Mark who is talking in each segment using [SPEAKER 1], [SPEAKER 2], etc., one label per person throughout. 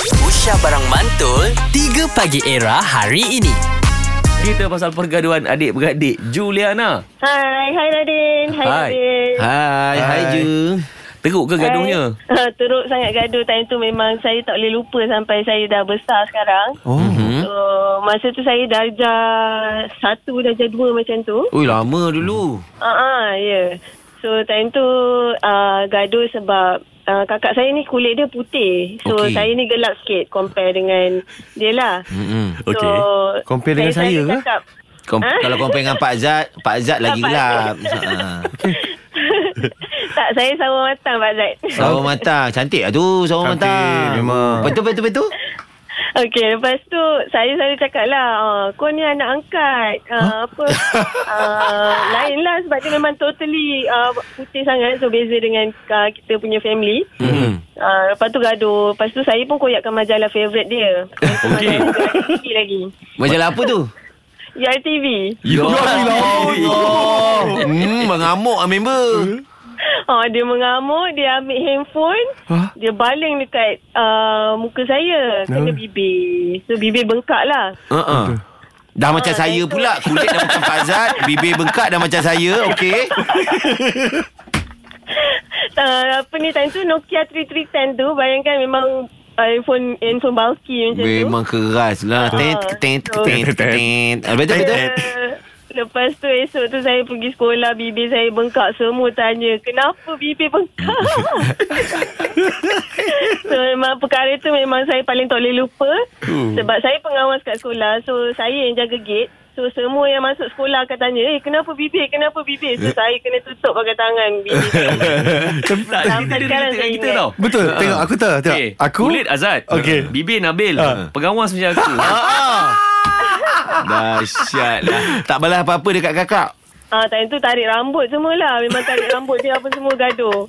[SPEAKER 1] Aisyah Barang Mantul 3 Pagi Era hari ini
[SPEAKER 2] Cerita pasal pergaduhan adik-beradik Juliana
[SPEAKER 3] Hai, hai Radin. Hai, Radin.
[SPEAKER 2] Hai Hai Ju Teruk ke gaduhnya?
[SPEAKER 4] Eh.
[SPEAKER 3] Hai. Teruk sangat gaduh Time tu memang Saya tak boleh lupa Sampai saya dah besar sekarang
[SPEAKER 5] Oh.
[SPEAKER 2] Hmm?
[SPEAKER 3] So Masa tu saya darjah Satu darjah dua macam tu
[SPEAKER 5] Ui lama dulu.
[SPEAKER 3] Ah, uh ya yeah. So time tu uh, Gaduh sebab uh, Kakak saya ni kulit dia putih So
[SPEAKER 5] Okey.
[SPEAKER 3] saya ni gelap sikit Compare dengan Dia lah
[SPEAKER 5] Hmm.
[SPEAKER 3] So
[SPEAKER 2] Okey.
[SPEAKER 5] Compare dengan saya ke?
[SPEAKER 3] cakap,
[SPEAKER 5] Kom-
[SPEAKER 3] Ha?
[SPEAKER 5] Kalau compare dengan Pak Zat, Pak Zat lagi
[SPEAKER 3] Pak
[SPEAKER 5] gelap. Ha.
[SPEAKER 3] Tak saya sama matang Pak Zat
[SPEAKER 5] Sawo matang. Cantik lah tu sawo
[SPEAKER 4] Cantik,
[SPEAKER 5] matang.
[SPEAKER 4] memang.
[SPEAKER 5] Betul, betul, betul.
[SPEAKER 3] Okey, lepas tu saya selalu cakap lah, ah, kau ni anak angkat. Ah, apa? ah, lain lah sebab dia memang totally ah, putih sangat. So, beza dengan ah, kita punya family.
[SPEAKER 5] Hmm.
[SPEAKER 3] Ah, lepas tu gaduh. Lepas tu saya pun koyakkan majalah favourite dia.
[SPEAKER 2] Okey.
[SPEAKER 3] YRTV lagi.
[SPEAKER 5] Majalah apa tu?
[SPEAKER 3] YRTV.
[SPEAKER 2] Ya
[SPEAKER 5] Allah. Hmm, mengamuk lah member.
[SPEAKER 3] Ah, dia mengamuk, dia ambil handphone.
[SPEAKER 4] Hah?
[SPEAKER 3] Dia baling dekat ah, muka saya. Kena bibir. So, bibir bengkak lah.
[SPEAKER 5] Uh-uh. Dah macam saya
[SPEAKER 3] betul.
[SPEAKER 5] pula Kulit dah macam Pak Zat Bibir bengkak dah macam saya Okey
[SPEAKER 3] uh, apa ni time tu Nokia 3310 tu bayangkan memang uh, handphone handphone bulky macam
[SPEAKER 5] Memang keras lah Tent Tent Tent Tent Ah,
[SPEAKER 3] tu.
[SPEAKER 5] Betul betul
[SPEAKER 3] Dia- Lepas tu esok tu saya pergi sekolah bibir saya bengkak semua tanya kenapa bibir bengkak. so memang perkara tu memang saya paling tak boleh lupa sebab saya pengawas kat sekolah so saya yang jaga gate. So semua yang masuk sekolah akan tanya Eh kenapa bibir Kenapa bibir So saya kena tutup pakai tangan Bibir saya.
[SPEAKER 2] Tak, cerita dia related
[SPEAKER 3] sekarang
[SPEAKER 2] dengan
[SPEAKER 3] saya
[SPEAKER 2] kita
[SPEAKER 3] ingat.
[SPEAKER 2] tau
[SPEAKER 4] Betul. Tengok aku tak? Tengok.
[SPEAKER 2] Okey,
[SPEAKER 4] Aku
[SPEAKER 2] Kulit Azad
[SPEAKER 4] Okey.
[SPEAKER 2] Bibir Nabil
[SPEAKER 4] Ha.
[SPEAKER 2] Pengawas macam aku
[SPEAKER 5] Dahsyat lah Tak balas apa-apa dekat kakak
[SPEAKER 3] Ah, time tu tarik rambut semualah. Memang tarik rambut dia apa semua gaduh.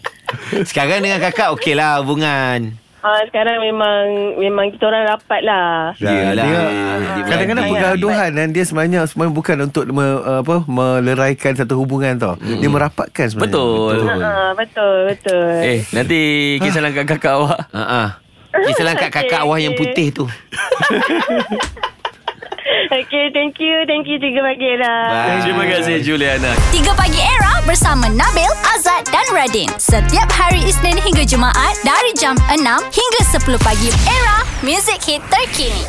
[SPEAKER 5] Sekarang dengan kakak okey lah hubungan.
[SPEAKER 3] Ah, sekarang memang memang kita orang rapat lah.
[SPEAKER 5] Yelah.
[SPEAKER 4] Yelah. Ya, Kadang-kadang
[SPEAKER 5] Adik-beradik.
[SPEAKER 4] pergaduhan dan dia sebenarnya sebenarnya bukan untuk me, apa, meleraikan satu hubungan tau. Dia merapatkan sebenarnya.
[SPEAKER 2] Betul
[SPEAKER 3] Ah, betul, betul.
[SPEAKER 2] Eh nanti kisah langkah kakak awak
[SPEAKER 5] Ha ah. Dia selang kat
[SPEAKER 3] Okey,
[SPEAKER 5] kakak awah yang
[SPEAKER 3] okey.
[SPEAKER 5] putih tu.
[SPEAKER 3] Okay, thank you. Thank you tiga pagi dah.
[SPEAKER 2] Terima kasih Juliana
[SPEAKER 6] 3 Pagi Era bersama Nabil, Azad dan Radin. Setiap hari Isnin hingga Jumaat dari jam 6 hingga 10 pagi. Era, music hit terkini.